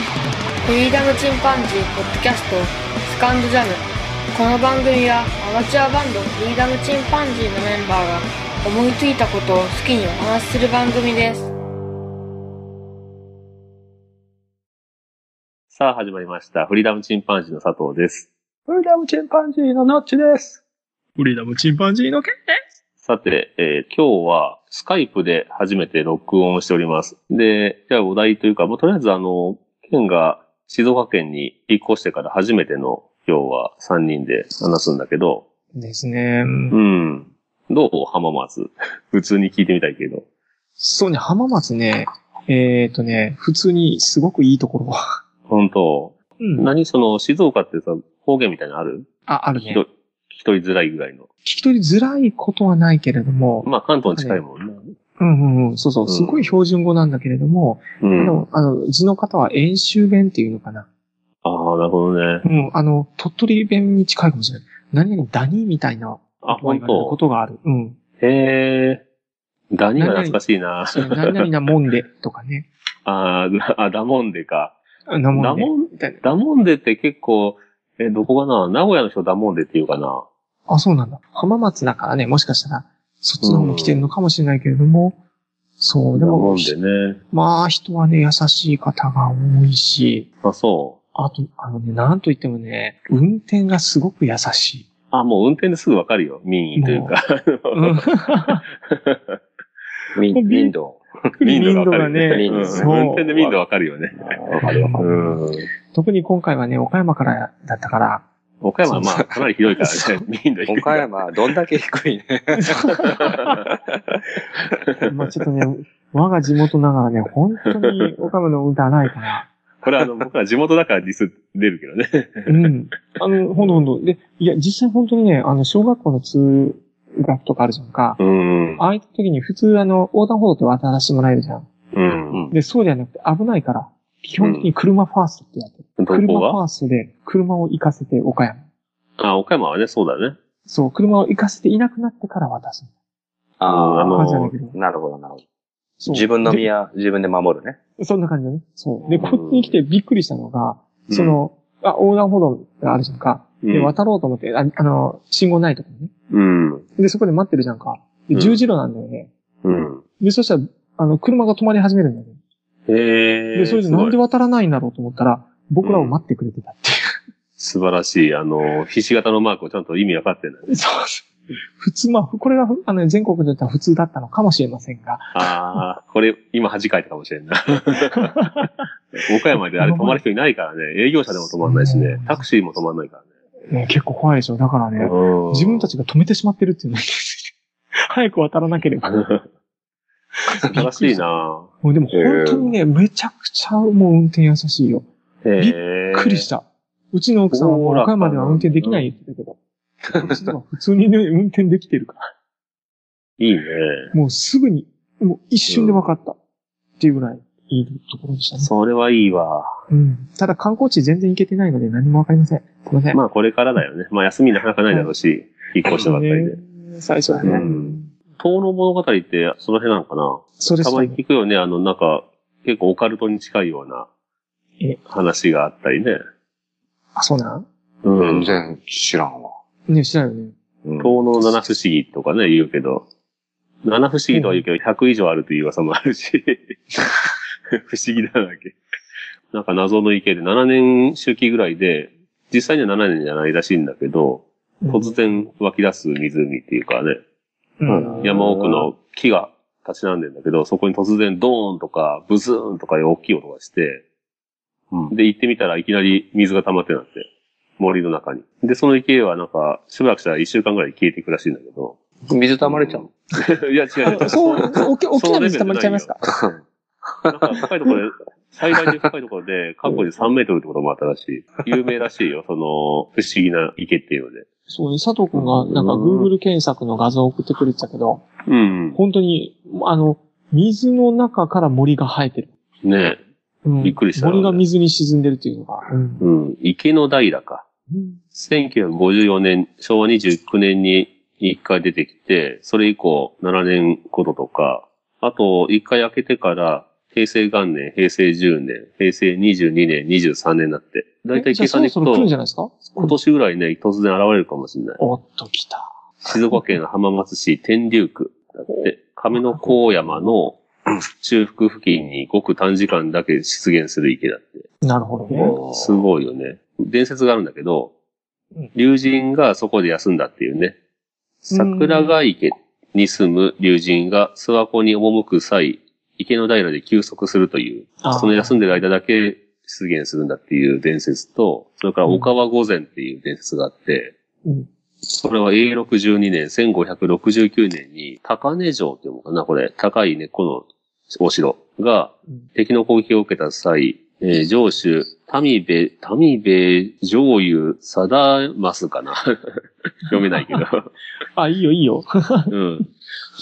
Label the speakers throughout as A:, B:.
A: フリーダムチンパンジーポッドキャストスカンドジャムこの番組はアマチュアバンドフリーダムチンパンジーのメンバーが思いついたことを好きにお話しする番組です
B: さあ、始まりました。フリーダムチンパンジーの佐藤です。
C: フリーダムチンパンジーのノッチです。フリーダムチンパンジーのケンです。
B: さて、えー今日はスカイプで初めて録音しております。で、じゃあお題というか、もうとりあえずあの、県が静岡県に引っ越してから初めての今日は3人で話すんだけど、
C: ですね。
B: うん。どう浜松。 普通に聞いてみたいけど。
C: そうね、浜松ね、えっ、ー、とね、普通にすごくいいところは。
B: 本当
C: うん。
B: 何その静岡ってさ、方言みたいなのある
C: あ、ある
B: 聞き
C: ね。
B: と聞き取りづらいぐらいの。
C: 聞き取りづらいことはないけれども、
B: まあ関東に近いもんね。
C: うんうんうん、そうそうう、
B: ん
C: すごい標準語なんだけれども、
B: う
C: あ
B: ん。
C: の、あの、図の方は演習弁っていうのかな。
B: ああ、なるほどね。
C: うん、あの、鳥取弁に近いかもしれない。何々ダニーみたいな、
B: あ、本
C: 言われる
B: 当
C: ことがある。うん。
B: へえ。ダニが懐かしいな。
C: それ何々なもんで、とかね。
B: あー だあ、ダモンデか。
C: あなもんで。
B: ダモン
C: みたいな。
B: ダモンデって結構、え、どこかな名古屋の人ダモンデって言うかな
C: あ、そうなんだ。浜松だからね、もしかしたら、そっちの方に来てるのかもしれないけれども、そう、で
B: ダモ
C: も
B: ン、デね。
C: まあ、人はね、優しい方が多いし、
B: あ、そう。
C: あと、あのね、なんといってもね、運転がすごく優しい。
B: あ、もう運転ですぐわかるよ。民意というか。
C: うん、
D: ミ
C: ビ
D: ン、ミンド。
B: 民意がわか
C: が
B: る
C: ね、
B: よね。うん
C: そう
B: 運転で民度わかるよね。
D: わかるわかる。
B: うん。
C: 特に今回はね、岡山からだったから、
B: 岡山はまあ、かなりひどいからね。民度低いか
D: 岡
B: ら。
D: 山はどんだけ低いね。
C: まあちょっと ね、我が地元ながらね、本当に岡山の運転荒いから、
B: これはあの、僕は地元だからディス出るけどね。
C: うん。あの、ほんとほんと。で、いや、実際本当にね、あの、小学校の通学とかあるじゃんか。
B: うん。
C: ああいった時に普通あの、横断歩道って渡らせてもらえるじゃん。
B: うん。
C: で、そうじゃなくて危ないから、基本的に車ファーストってやってる。
B: どこ
C: 車ファ
B: は
C: ーストで、車を行かせて岡山。
B: あ、岡山はね、そうだね。
C: そう、車を行かせていなくなってから渡す。
B: あ
D: あ
C: 感じなんだけど
D: あ、。なるほど、なるほど。
C: そう
D: 自分の身
C: で
D: は自分で守るね。
C: そんな感じだね。そう。で、
B: うん
C: こっちに来てびっくりしたのが、その、あ、横断歩道があるじゃんか。で、
B: うん
C: 渡ろうと思って、ああの、信号ないとこね。
B: うん。
C: で、そこで待ってるじゃんか。
B: う
C: で、
B: ん
C: 十字路なんだよね。
B: うん。
C: で、そしたら、あの、車が止まり始めるんだよね。
B: へえ。
C: で、それです
B: ごい
C: なんで渡らないんだろうと思ったら、僕らを待ってくれてたっていう。
B: 素晴らしい。あの、ひし形のマークをちゃんと意味わかってんだね。
C: そう。普通、まあ、これが、あの、全国で言ったら普通だったのかもしれませんが、
B: ああ、これ、今恥かいたかもしれんな。岡山であれ止まる人いないからね。営業車でも止まんないしね。タクシーも止まんないか
C: ね、結構怖いでしょ。だから
B: らね
C: ね、。
B: うん
C: 自分たちが止めてしまってるっていうのに早く渡らなけれ ば。
B: 素晴らしいな
C: もうでも本当にね、めちゃくちゃもう運転優しいよ。
B: へ。
C: びっくりしたた。うちの奥さんはもう岡山では運転できないって言ってたけど、うちのは普通にね、運転できてるから。
B: いいね。
C: もうすぐに、もう一瞬で分かった。っていうぐらいいいところでしたね。
B: それはいいわ。
C: うん。ただ観光地全然行けてないので何も分かりません。すいません。
B: まあ、これからだよね。まあ、休みなかなかないだろうし、引っ越したばっかりで。
C: ね最初はね。
B: うん遠の物語って、その辺なのかな
C: そうで
B: た
C: す
B: ま
C: ね
B: に。聞くよね。あの、なんか、結構オカルトに近いような
C: え
B: 話があったりね。
C: あ、そうなん
B: うん。
D: 全然知らんわ。
C: ね、知らんよね。
D: うん
B: 東能七不思議とかね、言うけど、七不思議とは言うけど、100以上あるという噂もあるし、 不思議だらけ。なんか謎の池で7年周期ぐらいで、実際には7年じゃないらしいんだけど、突然湧き出す湖っていうかね、
C: うん。
B: 山奥の木が立ち並んでんだけど、そこに突然ドーンとかブズーンとかいう大きい音がして、
D: うん
B: で、行ってみたらいきなり水が溜まってなって、森の中に。で、その池はなんか、しばらくしたら1週間ぐらい消えていくらしいんだけど、
D: 水溜まれちゃう
B: いや、違う違 う。
C: そう、大き大きな水溜まりちゃいますか
B: なんか深いところで、最大で深いところで、過去に3メートルってこともあったらしい。有名らしいよ、その、不思議な池っていうので。
C: そう、佐藤くんが、なんか
B: うん
C: Google 検索の画像を送ってくれてたけど、
B: うん。
C: 本当に、あの、水の中から森が生えてる。
B: ね
C: うん
B: びっくりした
C: 森が水に沈んでるっていうのが。うん
B: うん。池の平か。1954年、昭和29年に一回出てきて、それ以降7年ごととか、あと一回開けてから、平成元年、平成10年、平成22年、23年になって、だいたい
C: えじゃあ
B: 計
C: そ
B: 算でい
C: ろ
B: く
C: そろ来るんじ
B: と、
C: ゃないですか
B: 今年ぐらいね、突然現れるかもしれない。
C: おっと来た。
B: 静岡県浜松市天竜区だって、亀の甲山の中腹付近にごく短時間だけ出現する池だって。
C: なるほどね。
D: おー
B: すごいよね。伝説があるんだけど
C: うん、
B: 竜神がそこで休んだっていうね。桜ヶ池に住む竜神が諏訪湖に赴く際、池の平で休息するという、
C: あー
B: その休んでる間だけ出現するんだっていう伝説と、それから岡和御前っていう伝説があって、
C: うん
B: それは永禄12年、1569年に、高根城っていうのかな、これ、高い根っこのお城が
C: うん、
B: 敵の攻撃を受けた際、えー城主、民部、民部上優、貞ますかな 読めないけど。
C: あ、いいよいいよ。
B: うん。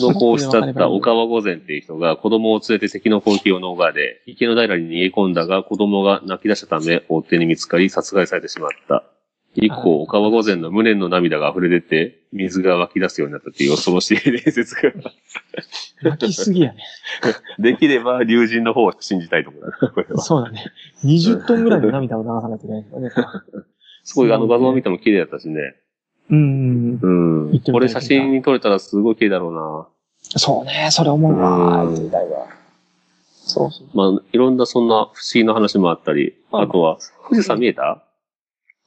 B: のこう しちゃった岡和御前っていう人が子供を連れて敵の攻撃を逃れ、池の平に逃げ込んだが子供が泣き出したため、追っ手に見つかり殺害されてしまった。以
C: あ
B: 降、岡和御前の無念の涙が溢れ出て、水が湧き出すようになったっていう恐ろしい伝説 が。
C: 泣きすぎやね。
B: できれば、竜神の方を信じたいところだな、これは。
C: そうだね。20トンぐらいの涙を流さないといけないです よね。
B: すごい、あの画像を見ても綺麗だったしね。
C: うん。
B: うん。
C: 行ってみたい
B: これ写真に撮れたらすごい綺麗だろうな。
C: そうね、それ思うわ。
B: うん
C: 行ってみたいわ。そうそう。
B: まあ、いろんなそんな不思議な話もあったり、あとは、富士山見えた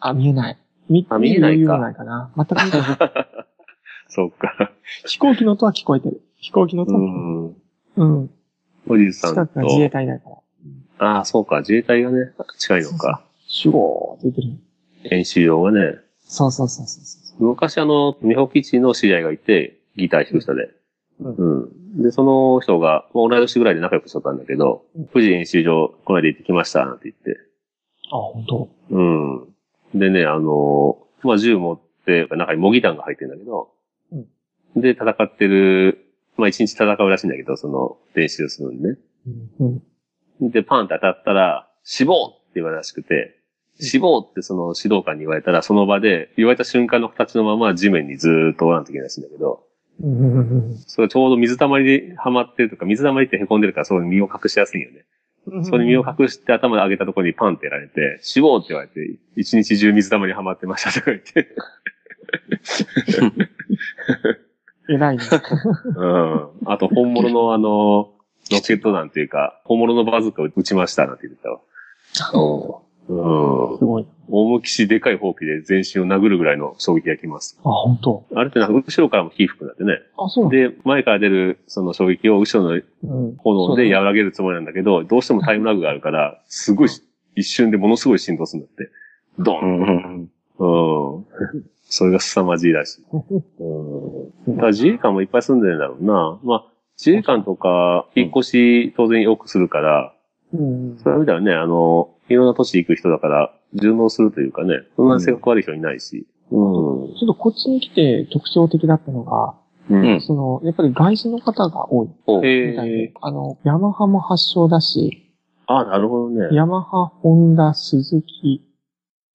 C: あ、見えない。見
B: あ見えないか
C: 見る余裕はないかな。全く見えない
B: そっか。
C: 飛行機の音は聞こえてる。飛行機の
B: う
C: 音は聞こ
B: ん。
C: えてる。うん。
B: 富士山
C: 近くが自衛
B: と、
C: 隊だから。
B: ああ、そうか、自衛隊がね、近いのか。
C: シュゴーって言ってる。
B: 演習用がね。
C: そうそうそうそうそ
B: 昔あの、美保基地の知り合いがいて、ギター弾く人で。
C: うん
B: うん。で、その人が、まあ同い年ぐらいで仲良くしとったんだけど
C: うん、
B: 富士演習場、この間行ってきました、なんて言って。
C: う。あ、本当。
B: うん。でね、あのーまあ、銃持って、中に模擬弾が入ってるんだけど、
C: うん
B: で、戦ってる、まあ、一日戦うらしいんだけど、その、練習するのにね。
C: うん。
B: で、パンって当たったら、死亡って言われたらしくて、死亡ってその指導官に言われたら、その場で、言われた瞬間の形のまま地面にずーっとおらんといけないらしいんだけど、
C: うんうんうん
B: それちょうど水たまりではまってるとか、水たまりって凹んでるから、そこに身を隠しやすいよね。
C: うん。
B: そこに身を隠して頭で上げたところにパンってやられて、死亡って言われて、一日中水たまりにはまってましたとか言って。
C: 偉いね。
B: うん。あと、本物のあの、ロケット弾というか、本物のバズーカを撃ちましたなんて言ってたわ。
D: お
B: うん。
C: すごい。
B: 大きしでかいほうきで全身を殴るぐらいの衝撃がきます。
C: あ、本当。
B: あれってなんか後ろからも火吹くんだってね。
C: あ、そうなんだ。
B: で、前から出るその衝撃を後ろの
C: うん。
B: 炎で
C: や
B: 和らげるつもりなんだけど、どうしてもタイムラグがあるから、すごい、一瞬でものすごい振動するんだって。ド
D: う
B: ン
D: んうん
B: うん。 それが凄まじいらしい。うん。ただ自衛官もいっぱい住んでるんだろうな。まあ、自衛官とか、引っ越し当然よくするから、
C: うん
B: そ。れ見たらね、あの、いろんな都市行く人だから、順応するというかね、そんなに性格悪い人いないし。うん。
C: ちょっとこっちに来て特徴的だったのが、
B: うん
D: うん
C: その、やっぱり外人の方が多い
D: おー
C: みたいで、あの、ヤマハも発祥だし、
B: あ、なるほどね。
C: ヤマハ、ホンダ、スズキ、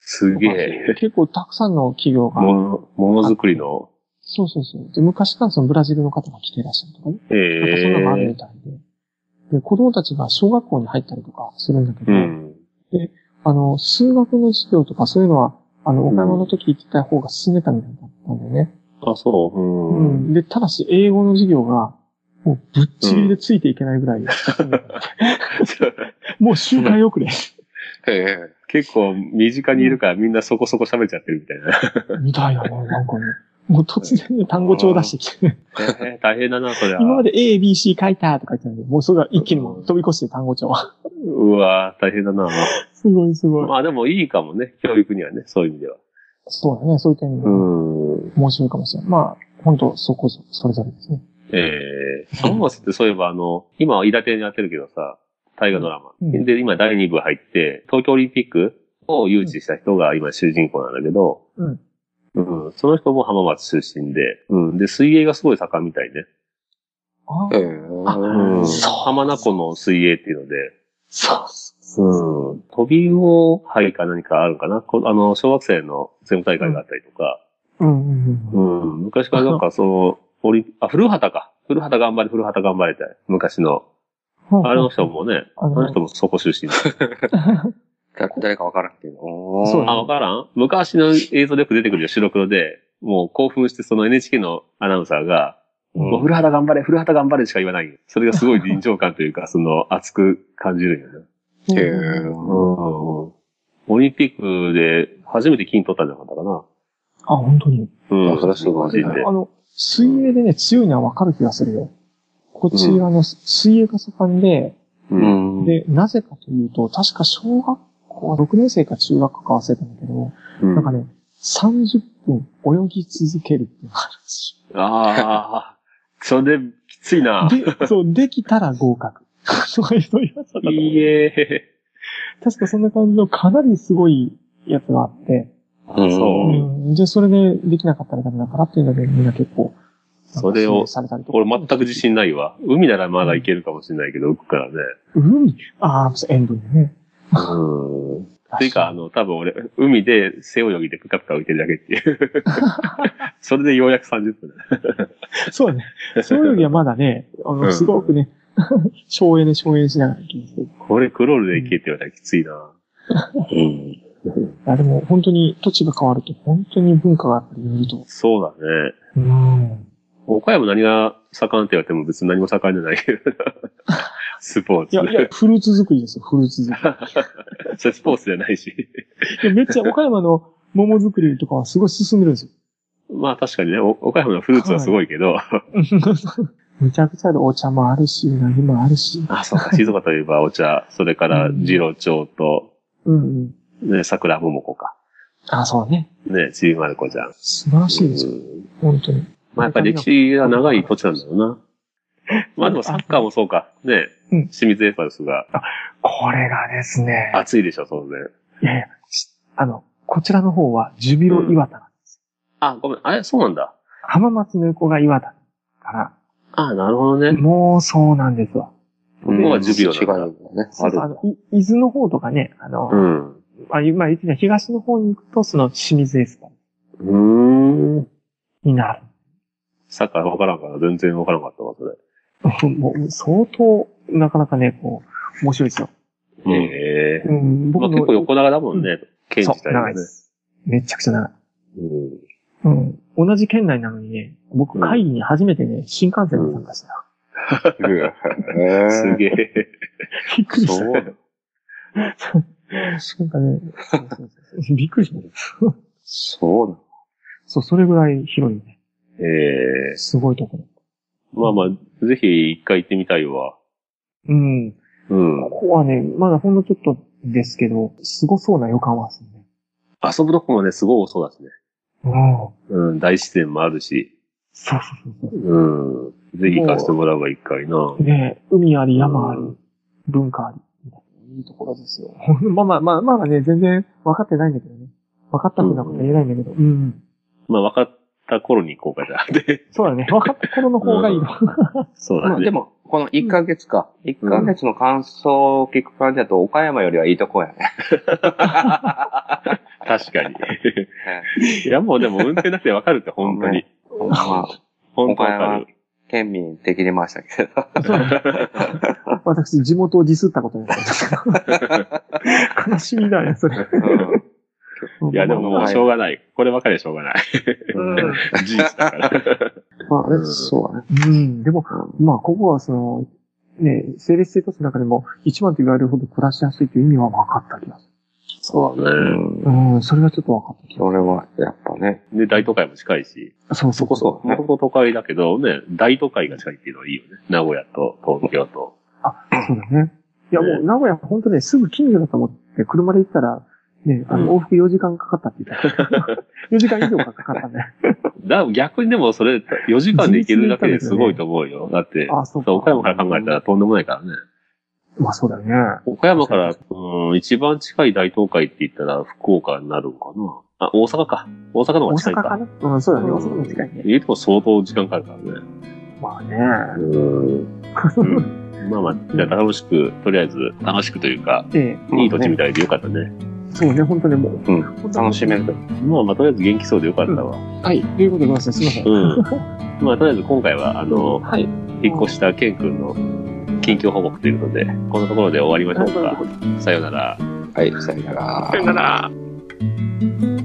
B: すげ え。
C: 結構たくさんの企業が、
B: もの、ものづくりの。
C: そうそうそう。で、昔からそのブラジルの方が来てらっしゃるとかね。
B: え
C: なんかそんなのがあるみ
B: え。
C: たいで。で、子供たちが小学校に入ったりとかするんだけど、
B: うん。
C: あの、数学の授業とかそういうのは、あの、お買い物の時行ってた方が進んでたみたいだったんだよね。
B: あ、そう。
C: う
B: うん
C: ん。。で、ただし英語の授業が、もうぶっちぎりでついていけないぐらい 進んでた、もう周回遅れ。
D: へえ。
B: 結構身近にいるからみんなそこそこ喋っちゃってるみたいな。
C: みたいだね、なんかね。もう突然ね、単語帳出してきて、
B: えー大変だな、それは。
C: 今まで A, B, C 書いたとか言ってたんで、もうそれが一気にもう飛び越して単語帳。
B: うわ大変だな。
C: すごいすごい。
B: まあでもいいかもね、教育にはね、そういう意味では。
C: そうだね、そういった意味で
B: う
C: は
B: ん。
C: 面白いかもしれない。まあ、本当そこそ、それぞれですね。
B: え え浜松ってそういえばあの、今は伊達にやってるけどさ、大河ドラマ。
C: うん
B: で、今第2部入って、東京オリンピックを誘致した人が今主人公なんだけど、
C: うん。
B: うん。その人も浜松出身で、うん。で、水泳がすごい盛んみたいね。
C: あ
D: へ
C: あ、
D: え。
B: うん。
C: そう
B: 浜名湖の水泳っていうので、
C: そうそう
B: うん。飛び魚杯か何かあるかなこあの、小学生の全国大会があったりとか、
C: うんうんうん。
B: うん。昔 からなんかその、オリンあ、古畑か。古畑頑張れ、古畑頑張れって、昔のあれの人もね、
C: あ
B: あの人
C: の、
B: もそこ出 身。
D: だ誰かわからんけど。
C: そう
B: あ、わからん昔の映像でよく出てくるよ、白黒で。もう興奮して、その NHK のアナウンサーが、もう古畑頑張れ、古畑頑張れしか言わないよ。それがすごい臨場感という か、その熱く感じるよね。
D: へえ。
B: うん。オリンピックで初めて金取ったんじゃなかったかな。
C: あ、本当に。
B: う
D: あそれすごい
B: 日
D: ね
B: 本人で
C: あの、水泳でね、強いのはわかる気がするよ。こちらの水泳が盛んで、
B: う。
D: うんん。
C: で、なぜかというと、確か小学校は6年生か中学校か忘れたんだけど、
B: うん
C: なんかね、30分泳ぎ続けるっていうのがあるんです
B: ああ、それできついな。
C: よで、そう、できたら合格。そういうやつだったと思う
B: いいえ。
C: 確かそんな感じのかなりすごいやつがあって、、
B: そううん
C: じゃあそれでできなかったらダメだからっていうのでみんな結構、
B: それを
C: されたりとか
B: 俺全く自信ないわ。海ならまだいけるかもしれないけど、浮くからね。
C: 海ああ、そう塩分でね。
B: うん。ていうか、あの、多分俺、海で背泳ぎでぷかぷか浮いてるだけって いう。それでようやく30分だね。
C: そうだね。そういうよりはまだね、あ
B: う
C: の、
B: ん
C: すごくね、 省エネ省エネしながら行きますけど
B: これクロールで行けって言われたらきついな。
D: うん。
C: いや、でも本当に土地が変わると本当に文化がやっぱり揺ると。
B: そうだね。
C: うん。
B: 岡山何が盛んって言われても別に何も盛んじゃないけどな。スポー
C: い
B: ツ
C: や、いや、フルーツ作りですよ、フルーツ作。
B: それスポーツじゃないし。
C: り。いや、めっちゃ岡山の桃作りとかはすごい進んでるんですよ。
B: まあ確かにね、お岡山のフルーツはすごいけど、
C: むちゃくちゃでお茶もあるし、うなぎもあるし。
B: あ、そうか、静岡といえばお茶、それから次郎町と、
C: うんうん。
B: ね、桜桃子か。
C: あ、そうね。
B: ね、ちびまる子ちゃん。
C: 素晴らしいです
B: う
C: よ、
B: ん
C: 本当に。
B: まあやっぱり歴史が長い土地なんだろう な。まあでもサッカーもそうか。ね
C: うん、
B: 清水エファルスが
C: これがですね、
B: 熱いでしょ、当然。
C: いやいや、しあの、こちらの方はジュビロ岩田なんです。
B: あ、ごめん、あれ、そうなんだ。
C: 浜松の横が岩田か
B: あ、なるほど
C: ら、
B: ね。
C: もうそうなんですわ。
B: 向こうはジュビロ
D: 違
B: だから。
D: うんだね。
C: そうあの、い伊豆の方とかね、あの、
B: うん。
C: まあ、今言ってた東の方に行くと、その清水エスパ
B: うーん。
C: になる。
B: サッカーわからんから全然わからんかったわ、それ。
C: もう相当、なかなかね、こう、面白いですよ。
B: へえ。
C: うん、
B: まあ結構横長だもんね、県
C: そう
B: 自体
C: 長
B: が
C: い
B: ね
C: で。す。めちゃくちゃ長い。
B: うん
C: うん。同じ県内なのにね、僕、
B: うん
C: 会議に初めてね、新幹線に参加した。
D: へえ。
B: すげえ。
C: びっくりした。
D: そうだ。
C: なんかね、そうそうそう びっくりした。
D: そうだ。
C: そう、それぐらい広いね。
B: ええ。
C: すごいところ。
B: まあまあ、ぜひ一回行ってみたいわ。
C: うん。
B: うん
C: こ。こはね、まだほんのちょっとですけど、凄そうな予感はするね。
B: 遊ぶとこもね、すごい多そうだしね。
C: うん。
B: うん、大自然もあるし。
C: そうそうそう
B: うん。ぜひ行かせてもらうわ、一回な
C: そう。。ね海あり、山あり
B: う、ん
C: 文化あり。いいところですよ。 まあまあまあ、まあね、全然分かってないんだけどね。分かったふうなことは言えないんだけど。うん。
B: まあ、分かった頃に行こうか、じゃあ。で、
C: そうだね。分かった頃の方がいいの。
B: そう
D: ま
B: だ
D: あ
B: ね。
D: でも、この1ヶ月か。1ヶ月の感想を聞く感じだと、岡山よりはいいとこやね。
B: 確かに。 いや、もうでも運転なくて分かるって、本当に。
D: ほんま
B: 本当
D: 岡
B: 分か
D: 山
B: る。
D: 県民できれましたけど。
C: 私、地元をディスったことになった。悲しみだね、それ。
D: うん
B: いや、でももうしょうがない。こればかりはしょうがない。
C: うん。
B: 事実だから。
C: まあ、あ
B: う
C: れ
B: ん
C: そうだね。うん。でも、まあ、ここはその、ね、整列性都市の中でも一番と言われるほど暮らしやすいという意味は分かった気がす
B: そうだね。
C: る。うん、それがちょっと分かった気が
D: それは、やっぱね。
B: で、大都会も近いし。
C: する。そう
D: そこそ
B: もともと都会だけどね、大都会が近いっていうのはいいよね。名古屋と東京と。
C: そうだね。いや、も
B: ね
C: う名古屋本当ね、すぐ近所だと思って、車で行ったら、ね、あの、往復4時間かかったって言った。4時間以上かかったね。
B: だ逆にでもそれ、4時間で行けるだけですごいと思うよ。だって、
C: あ、そうか。
B: 岡山から考えたらとんでもないからね。
C: まあ、そうだよね。
B: 岡山から、うん、一番近い大東海って言ったら福岡になるのかな。あ、大阪か。大阪の方
C: 大
B: が近
C: 阪
B: い
C: か
B: か。
C: なうん、そうだね。大阪も近いね。
B: 言うても相当時間かかるからね。
C: まあね。
B: うん。まあまあ、じゃあ楽しく、とりあえず楽しくというか、
C: ええ。
B: いい土地みたいでよかったね。
C: そうね、本当にもう。
B: うん
C: 本当に
D: 楽しめる。
B: まあまあ、とりあえず元気そうでよかったわ。
C: はい。ということでごめんなさい。すみません。
B: うん。まあ、とりあえず今回は、あの、
C: はい。
B: 引っ越したケン君の近況報告ということで、このところで終わりましょうか。さようなら。
D: はい、さよなら。
B: なら。